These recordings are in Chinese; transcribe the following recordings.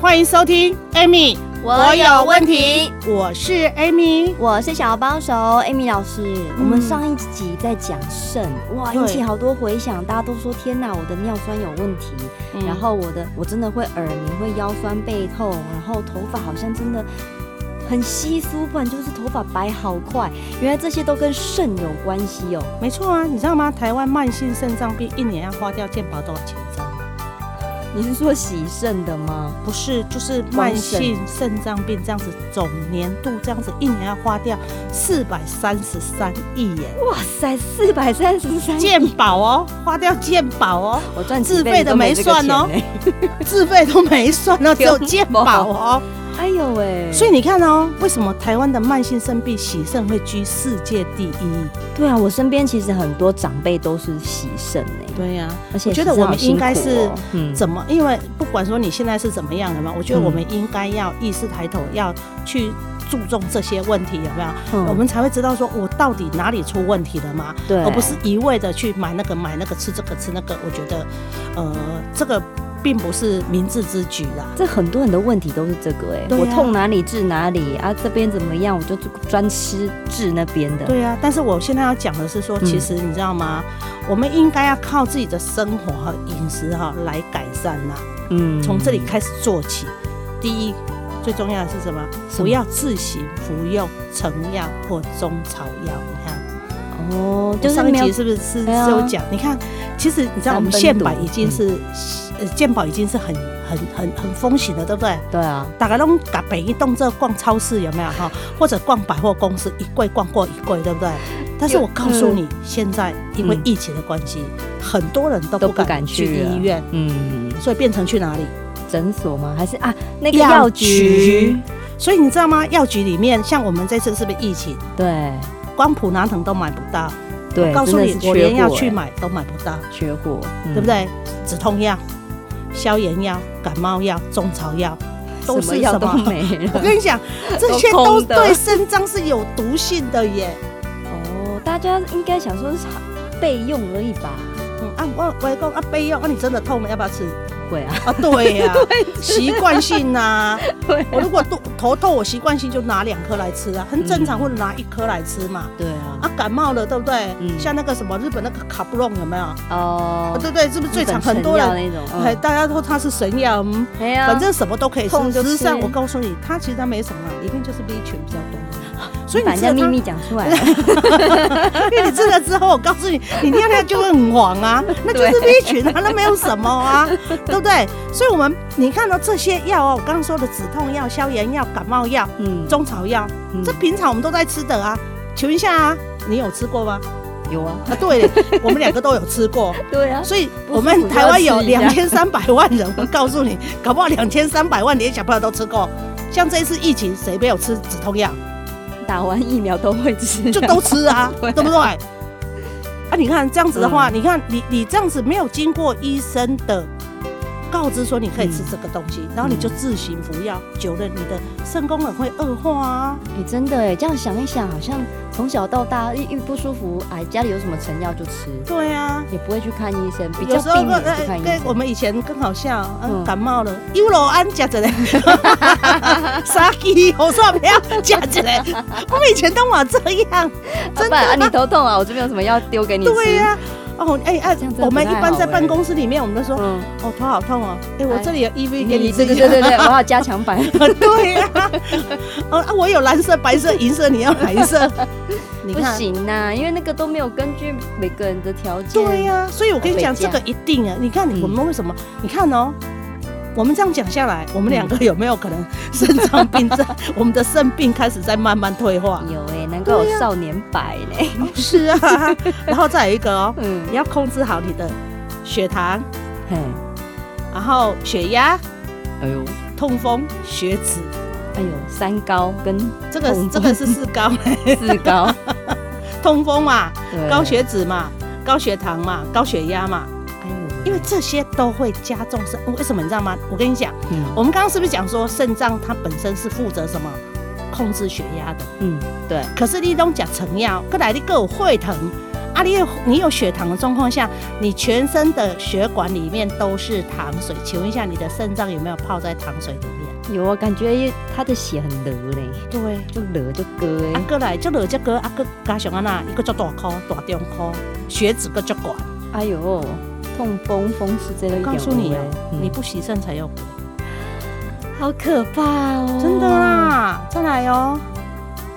欢迎收听 Amy，我有问题，我是 Amy。我是小帮手 Amy 老师。我们上一集在讲肾，嗯哇，对引起好多回响，大家都说天哪，我的尿酸有问题，然后我的我真的会耳鸣，会腰酸背痛，然后头发好像真的很稀疏，不然就是头发白好快。原来这些都跟肾有关系哦。没错啊，你知道吗？台湾慢性肾脏病一年要花掉健保多少钱？你知道吗？你是说洗肾的吗？不是，就是慢性肾脏病这样子，总年度这样子一年要花掉四百三十三亿耶，哇塞，四百三十三，健保哦，花掉健保哦，我赚自费的没算哦哦。 自费都没算哦，只有健保哦。哎呦喂，所以你看哦，为什么台湾的慢性肾病喜肾会居世界第一？对啊，我身边其实很多长辈都是洗肾哎。对呀、而且我觉得其实我好们辛应该苦是哦嗯怎么？因为不管说你现在是怎么样的嘛，我觉得嗯我们应该要意识抬头，要去注重这些问题，有没有？嗯我们才会知道说我到底哪里出问题了嘛，对，而不是一味的去买那个买那个吃这个吃那个。我觉得，呃，这个并不是明智之举啦。这很多人的问题都是这个哎、对啊我痛哪里治哪里啊，这边怎么样我就专吃治那边的。对啊，但是我现在要讲的是说，嗯其实你知道吗？我们应该要靠自己的生活和饮食哈来改善啦。嗯从这里开始做起。第一，最重要的是什么？什么不要自行服用成药或中草药。你看，哦，就是上没一有集是不是是是对啊有讲？你看，其实你知道我们三宪分毒嗯保已经是，呃，健保已经是很很很很风行的，对不对？对啊，大家拢把北一动这逛超市有没有哈？或者逛百货公司，一柜逛过一柜，对不对？但是有我告诉你，现在因为疫情的关系，很多人都都不不敢敢去去了医院，嗯，所以变成去哪里？诊所吗？还是啊那个药局？。所以你知道吗？药局里面，像我们这次是不是疫情，对光普拿疼都买不到。对，告诉真的你是，缺我连货要去哎买都买不到，缺货，对不嗯？对？止痛药、消炎药、感冒药、中草药，都什么是药什都么？没 我了。跟你讲，这些都空的对肾脏是有毒性的耶。哦，大家应该想说是备用而已吧？嗯啊，我我讲啊，备用啊，你真的痛了要不要吃？会啊， 啊，对呀、习惯性呐、对啊我如果肚头痛，我习惯性就拿两颗来吃啊，很正常，或者拿一颗来吃嘛。对啊，啊，感冒了，对不对？嗯像那个什么日本那个卡布隆有没有？哦，对不对？是不是最常日本很多成药人？那种，哎，嗯大家都它是神药，嗯哎呀反正什么都可以吃痛。就事实上，吃我告诉你，它其实它没什么，里面就是 B 群比较 多。所以把你吃了人家秘它，密讲出来了。 因 为你吃了之后，我告诉你，你尿尿就会很黄 啊，那就是 B 群啊，那没有什么啊， 对不对？所以我们你看到这些药啊，我刚刚说的止痛药、消炎药、感冒药、嗯，中草药，嗯这平常我们都在吃的啊。请问一下啊，你有吃过吗？有啊，啊，对 了，我们两个都有吃 过。对啊，所以不我舒们服就台要湾吃有一下两千三百万人，我告诉你，搞不好两千三百万连小朋友都吃过。像这一次疫情，谁没有吃止痛药？打完疫苗都会吃，就都吃啊 ，对啊嗯对不对？啊，你看这样子的话，你看你你这样子没有经过医生的告知说你可以吃这个东西，嗯然后你就自行服药，久了你的肾功能会恶化啊。哎、真的哎，这样想一想，好像从小到大一一不舒服，哎，家里有什么成药就吃，对啊，也不会去看医生，比较有时候病跟哎也不看医跟生。啊我们以前更好笑，嗯，嗯感冒了，优柔安夹 着嘞，杀鸡我说不要夹着嘞，我们以前都嘛这样，真真的的啊你头痛啊，我这边有什么药丢给你吃？对呀、哦，哎、哎、这样真我的不太好们一般在欸办公室里面，我们都说，嗯，哦，头好痛哦，哎、我哎这里有 EV 给你你对吃对一对下，对 对，我要加强版。 对呀、哦啊，我有蓝色、白色、银色，你要哪一 色？你不看，行呐、因为那个都没有根据每个人的条件。对、呀、所以我跟你讲，回家这个一定啊！你看嗯嗯我们为什么？你看哦，我们这样讲下来，我们两个有没有可能肾脏病在 我们的肾病开始在慢慢退化？有哎、难怪我对呀少年白嘞。是啊， 然后再有一个哦，嗯，你要控制好你的血糖，嘿，然后血压，哎呦，痛风、血脂，哎呦，三高跟这个痛风这个是四高， 四 高，痛风嘛，对高，血脂嘛，高血糖嘛，高血压嘛，哎呦，因为这些都会加重肾。为什么你知道吗？我跟你讲，嗯我们刚刚是不是讲说肾脏它本身是负责什么？控制血压的，嗯，对。可是你拢讲成药，过来你各有血糖，啊，你有你有血糖的状况下，你全身的血管里面都是糖水，请问一下，你的肾脏有没有泡在糖水里面？有啊，感觉他的血很热嘞，对。就热就割啊哎，，过来，这落这个啊，佮加上啊那一个足大颗、大中颗，血脂个足高。哎呦，痛风风湿这类有告诉你哎哦，嗯你不洗肾才有鬼，好可怕哦，真的，啦！再来哦，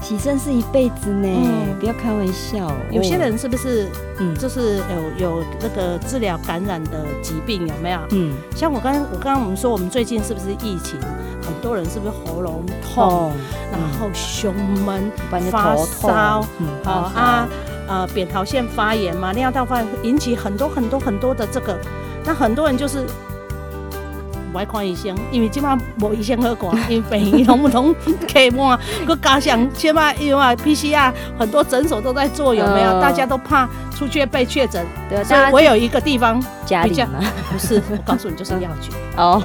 洗肾是一辈子呢嗯，不要开玩笑哦，有些人是不是嗯，就是有有那个治疗感染的疾病有没有？嗯像我刚我刚刚我们说，我们最近是不是疫情？很多人是不是喉咙痛，痛，然后胸闷，哦嗯把你的发头痛烧，嗯好啊，，呃，扁桃腺发炎嘛，尿道发炎引起很多很多很多的这个，那很多人就是不爱看医生，因为即马无医生好 看，因为病医拢不拢客满，佮加上即马因为 PCR 很多诊所都在做，有没有？嗯大家都怕出去被确诊，发烧对啊，所以大我家有一个地 方家比里较嘛，不是，我告诉你就是药局，哦，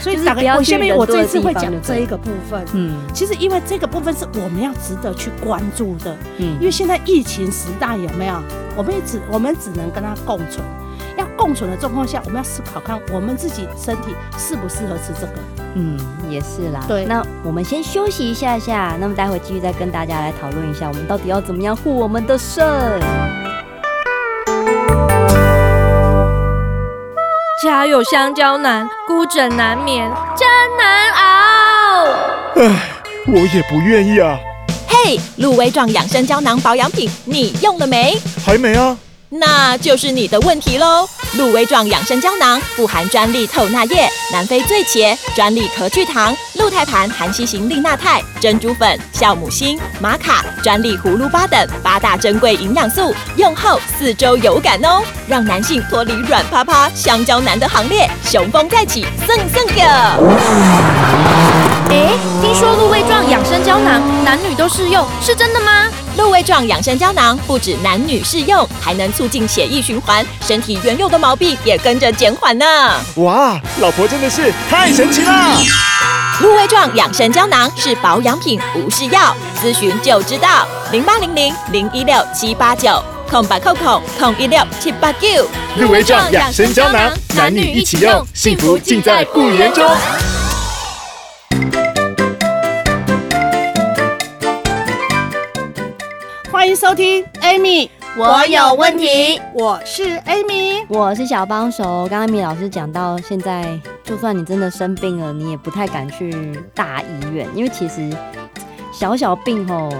所以就是大不概要我去下面人我多这的次地会方讲就这对一个部分。嗯其实，因为这个部分是我们要值得去关注的，嗯因为现在疫情时代有没有？我们也只我们只能跟它共存。要共存的状况下，我们要思考看我们自己身体适不适合吃这个。嗯，也是啦。对那我们先休息一下下，那么待会继续再跟大家来讨论一下，我们到底要怎么样护我们的肾。家有香蕉难，孤枕难眠，真难熬。我也不愿意啊，嘿，鹿威壮养生胶囊保养品，你用了没？还没啊，那就是你的问题喽。鹿威壮养生胶囊富含专利透钠液、南非醉茄、专利壳聚糖、鹿胎盘含硒型利钠肽、珍珠粉、酵母锌、玛卡、专利葫芦巴等八大珍贵营养素，用后四周有感哦，让男性脱离软趴趴香蕉男的行列，雄风再起，蹭蹭个。哎，听说鹿胃状养生胶囊男女都适用，是真的吗？鹿胃状养生胶囊不止男女适用，还能促进血液循环，身体原有的毛病也跟着减缓呢。哇，老婆真的是太神奇啦！鹿胃状养生胶囊是保养品，不是药，咨询就知道。零八零零零一六七八九，空白扣孔空一六七八九。入围状养生胶囊，男女一起用，幸福尽在不言中。欢迎收听 Amy，我有问题，我是 Amy。我是小帮手，刚刚米老师讲到，现在就算你真的生病了，你也不太敢去大医院，因为其实嘖小小病吼。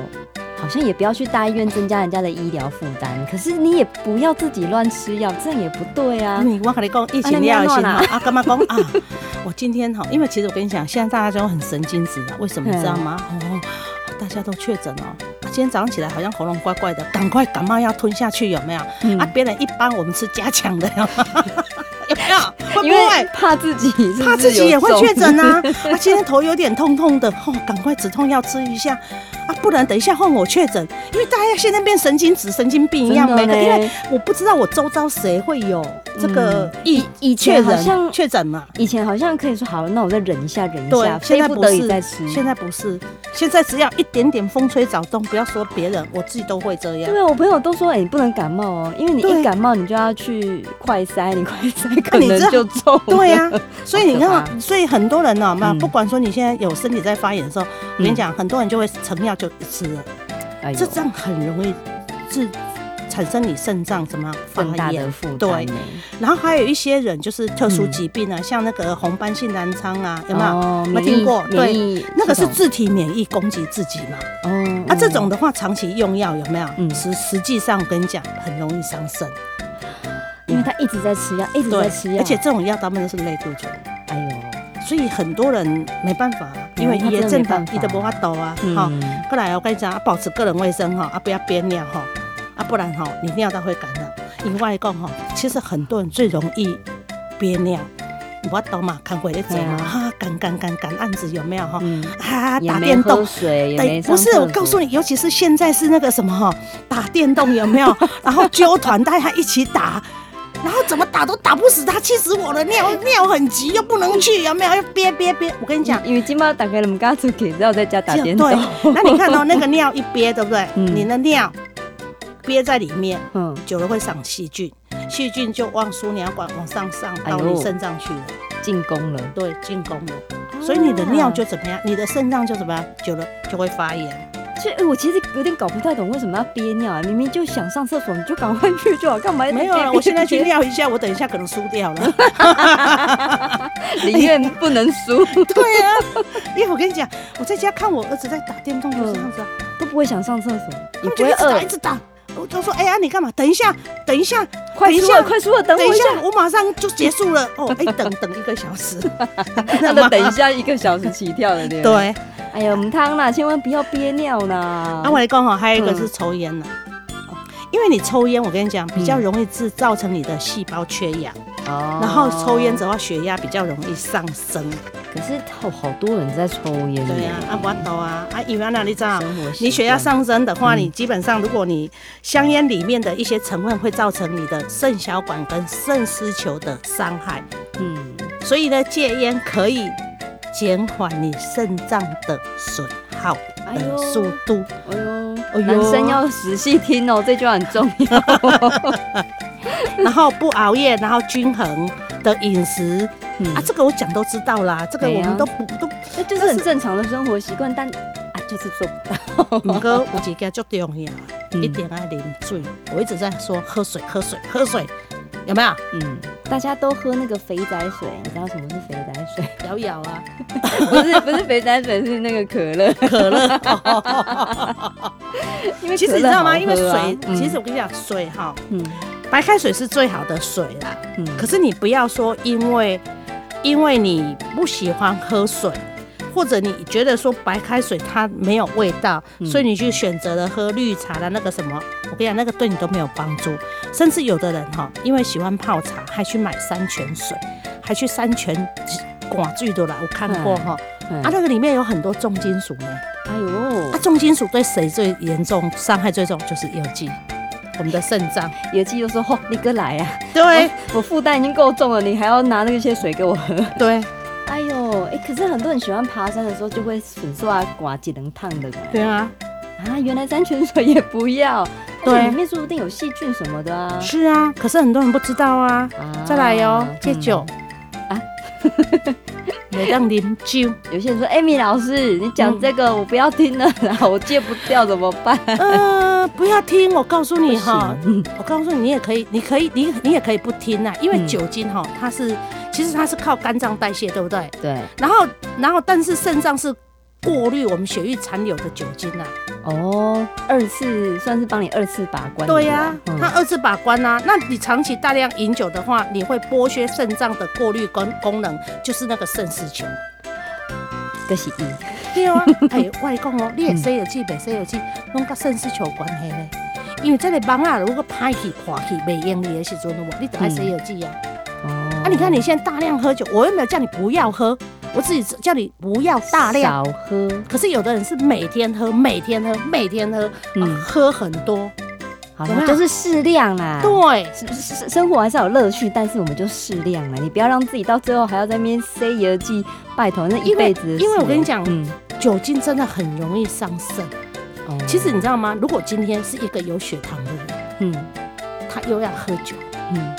好像也不要去大医院增加人家的医疗负担，可是你也不要自己乱吃药，这样也不对啊。嗯，我跟你讲，疫情你要心啊，干嘛讲啊？ 我今天哈，因为其实我跟你讲，现在大家都很神经质啊，为什么你知道吗？哦，大家都确诊哦。啊今天早上起来好像喉咙怪怪的，赶快感冒药吞下去，有没有？嗯啊，别人一般我们吃加强的，有没有？会因不会为？怕自己是不是怕自己嗯有也会中确诊啊！ 啊，今天头有点痛痛的，哦，赶快止痛药吃一下啊，不然等一下换我确诊，因为大家现在变神经质、神经病一样，真每的个因为嘞我不知道我周遭谁会有这个疫嗯以确前好诊像确诊嘛。以前好像可以说好，那我再忍一下，忍一对下，，现非在不不得已是再吃。，现在不是，现在只要一点点风吹草动，不要说别人，我自己都会这样。对啊，我朋友都说，哎、你不能感冒哦，因为你对啊一感冒你就要去快筛，你快筛可你能这就中了。对啊呀、所以你好可看，所以很多人呢、嘛，嗯不管说你现在有身体在发炎的时候，我跟你嗯讲，很多人就会成药就吃了。哎呦，这这样很容易致产生你肾脏怎么样更发大的炎，负对担呢。然后还有一些人就是特殊疾病啊，像那个红斑性狼疮啊，有没有？嗯哦没免听疫过对免疫那个是系统自体免疫攻击自己嘛？哦，啊，这种的的话长期用药有没有？嗯实实际上我跟你讲，很容易伤肾。因为他一直在吃药，一直在吃药，而且这种药大部分都是类固醇，哎呦，所以很多人没办法啊，因为嗯他真也的症没的办法你都无法度啊，哈、嗯，过来，我跟你讲，啊保持个人卫生哈，啊，不要憋尿哈，啊，不然哈，你尿道会感染。另外一个哈，其实很多人最容易憋尿，有法度嘛，看过咧做嘛，哈、赶赶赶赶案子有没有哈？啊嗯，啊，也打没电喝动。水，也对，没上不是，我厕告诉所你，尤其是现在是那个什么哈，打电动有没有？然后揪团大家一起打，然后怎么打都打不死他，气死我了！尿尿很急，又不能去，有没有？又憋憋憋！我跟你讲，因为今麦打开了我们家出去，然后在家 打电动。 对，那你看到、那个尿一憋，对不对？嗯你的尿憋在里面，嗯，久了会长细菌，细菌就往输尿管往上上哎到呦你肾脏去了，进攻了，对，进攻了。啊所以你的尿就怎么样，你的肾脏就怎么样，久了就会发炎。所以、哎我其实有点搞不太懂为什么要憋尿啊，明明就想上厕所，你就赶快去就好，干嘛一直没有啊憋了，我现 在去憋尿一下，我等一下可能输掉 了。憋宁愿不能输，对啊，因为我跟你讲，我在家看我儿子在打电动就是这样子啊， 都不会想上厕所，他们也嗯不就一会直打饿一，直打。我就说，哎呀，你干嘛？等一下，等一下，快等一输下了，快输了，等等我一一 下下，，我马上就结束了。哦，哎、等等一个小 时， 他的等一下一个小时起跳了，对不对？对，哎呀，我们汤啦，千万不要憋尿啦。啊，我来讲哈，还有嗯一个是抽烟呢、哦因为你抽烟，我跟你讲，比较容易制造成你的细胞缺氧，哦然后抽烟，者的话，血压比较容易上升。可是好好多人在抽烟。对啊，啊，我懂啊，啊，因为那你知道，生活习惯你血压上升的话，嗯你基本上如果你香烟里面的一些成分会造成你的肾小管跟肾丝球的伤害，嗯，所以呢，戒烟可以减缓你肾脏的损耗哎的呦速度。哎呦，哎呦男生要仔细听哦，这句话很重 要。 然后不熬夜，然后均衡的饮食、嗯啊，这个我讲都知道啦，这个我哎呀们都不都那就是很正常的生活习惯，但啊，就是做不到。五哥，我几个最重要，啊嗯一定爱啉水。我一直在说喝水，喝水，喝水，有没 有？嗯，大家都喝那个肥仔水，你知道什么是肥仔水？摇摇啊， 不是不是肥仔水，是那个可乐。可乐。 因为其实可你乐知道好吗？因为喝啊水，其实我跟你讲，水哈，嗯白开水是最好的水啦。嗯可是你不要说因为因为你不喜欢喝水，或者你觉得说白开水它没有味道，嗯所以你去选择了喝绿茶的那个什么，我跟你讲，那个对你都没有帮助。甚至有的人哈，因为喜欢泡茶，还去买山泉水，还去山泉寡最多啦，我看过哈。嗯啊，那个里面有很多重金属呢。哎呦啊，，重金属对谁最严重？伤害最重就是有机，我们的肾脏。哦野鸡就说：“哦，你哥来啊，对我负担已经够重了，你还要拿那些水给我喝。”对哎呦，哎、可是很多人喜欢爬山的时候就会损受啊，刮几能烫的嘛。对啊，啊，原来山泉水也不要，而且对里面说不定有细菌什么的啊。是啊，可是很多人不知道啊。啊再来哟、戒酒、啊啊， 每当啉酒，嗯有些人说：“艾米老师，你讲这个我不要听了啦，我戒不掉怎么办呃，不要听，我告诉你哈，我告诉你，你也可以，你可以，你你也可以不听呐、因为嗯酒精哈，它是其实它是靠肝脏代谢，对不对？？”对，然后然后，但是肾脏是过滤我们血液残留的酒精啊呐、哦，二次算是帮你二次把关。对呀、不它二次把关呐、那你长期大量饮酒的话，你会剥削肾脏的过滤功功能，就是那个肾丝球。这是一，对 啊，哎，我来讲哦，你嗯会洗药剂，袂洗药剂，拢甲肾丝球有关系呢。因为这个网啊，如果歹去、破去、袂用你的时阵，我你得爱洗药剂啊。哦，啊，你看你现在大量喝酒，我又没有叫你不要喝，我自己叫你不要大量。少喝，可是有的人是每天喝，每天喝，每天喝，嗯啊、喝很多。好有没啦，有就是适量啦。对，生生生活还是要有乐趣，但是我们就适量了，你不要让自己到最后还要在那边 say 游记，拜托，那一辈子的事因为我跟你讲嗯，酒精真的很容易伤肾。哦其实你知道吗？如果今天是一个有血糖的人，嗯他又要喝酒，嗯，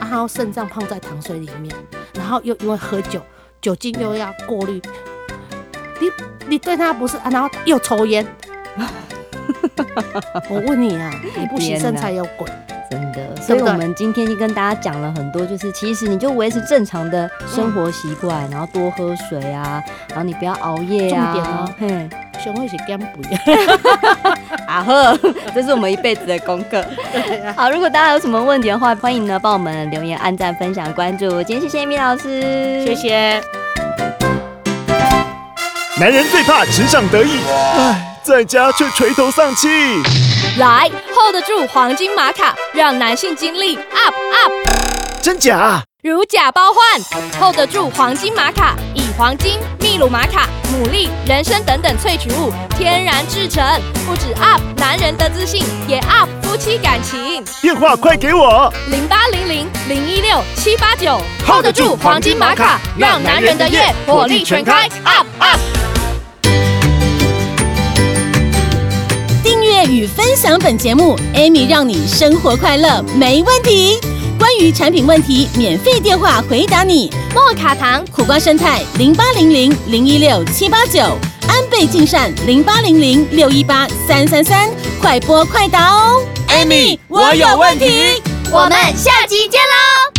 然后啊肾脏泡在糖水里面，然后又因为喝酒，酒精又要过滤，你你对他不是啊，然后又抽烟。 我问你啊，你不牺牲才有鬼。真的，所以我们今天就跟大家讲了很多，就是其实你就维持正常的生活习惯，然后多喝水啊，然后你不要熬夜啊，重点哦，熊会是减肥， 啊呵， 这是我们一辈子的功 课。好，如果大家有什么问题的话，欢迎呢帮我们留言、按赞、分享、关注。今天谢谢米老师，谢谢。男人最怕职场得意，唉，在家却垂头丧气。来 hold 得住黄金玛卡，让男性精力 up up。真假啊？如假包换，厚得住黄金玛卡，以黄金、秘鲁玛卡、牡蛎、人参等等萃取物天然制成，不止 up 男人的自信，也 up 夫妻感情。电话快给我！零八零零零一六七八九， hold 得住黄金玛卡让男人的夜火力全开，up up。订阅与分享本节目，Amy 让你生活快乐没问题。关于产品问题，免费电话回答你。莫卡糖苦瓜生态零八零零零一六七八九，安倍晋善零八零零六一八三三三，快播快答哦。 Amy，我有问题。我们下集见喽。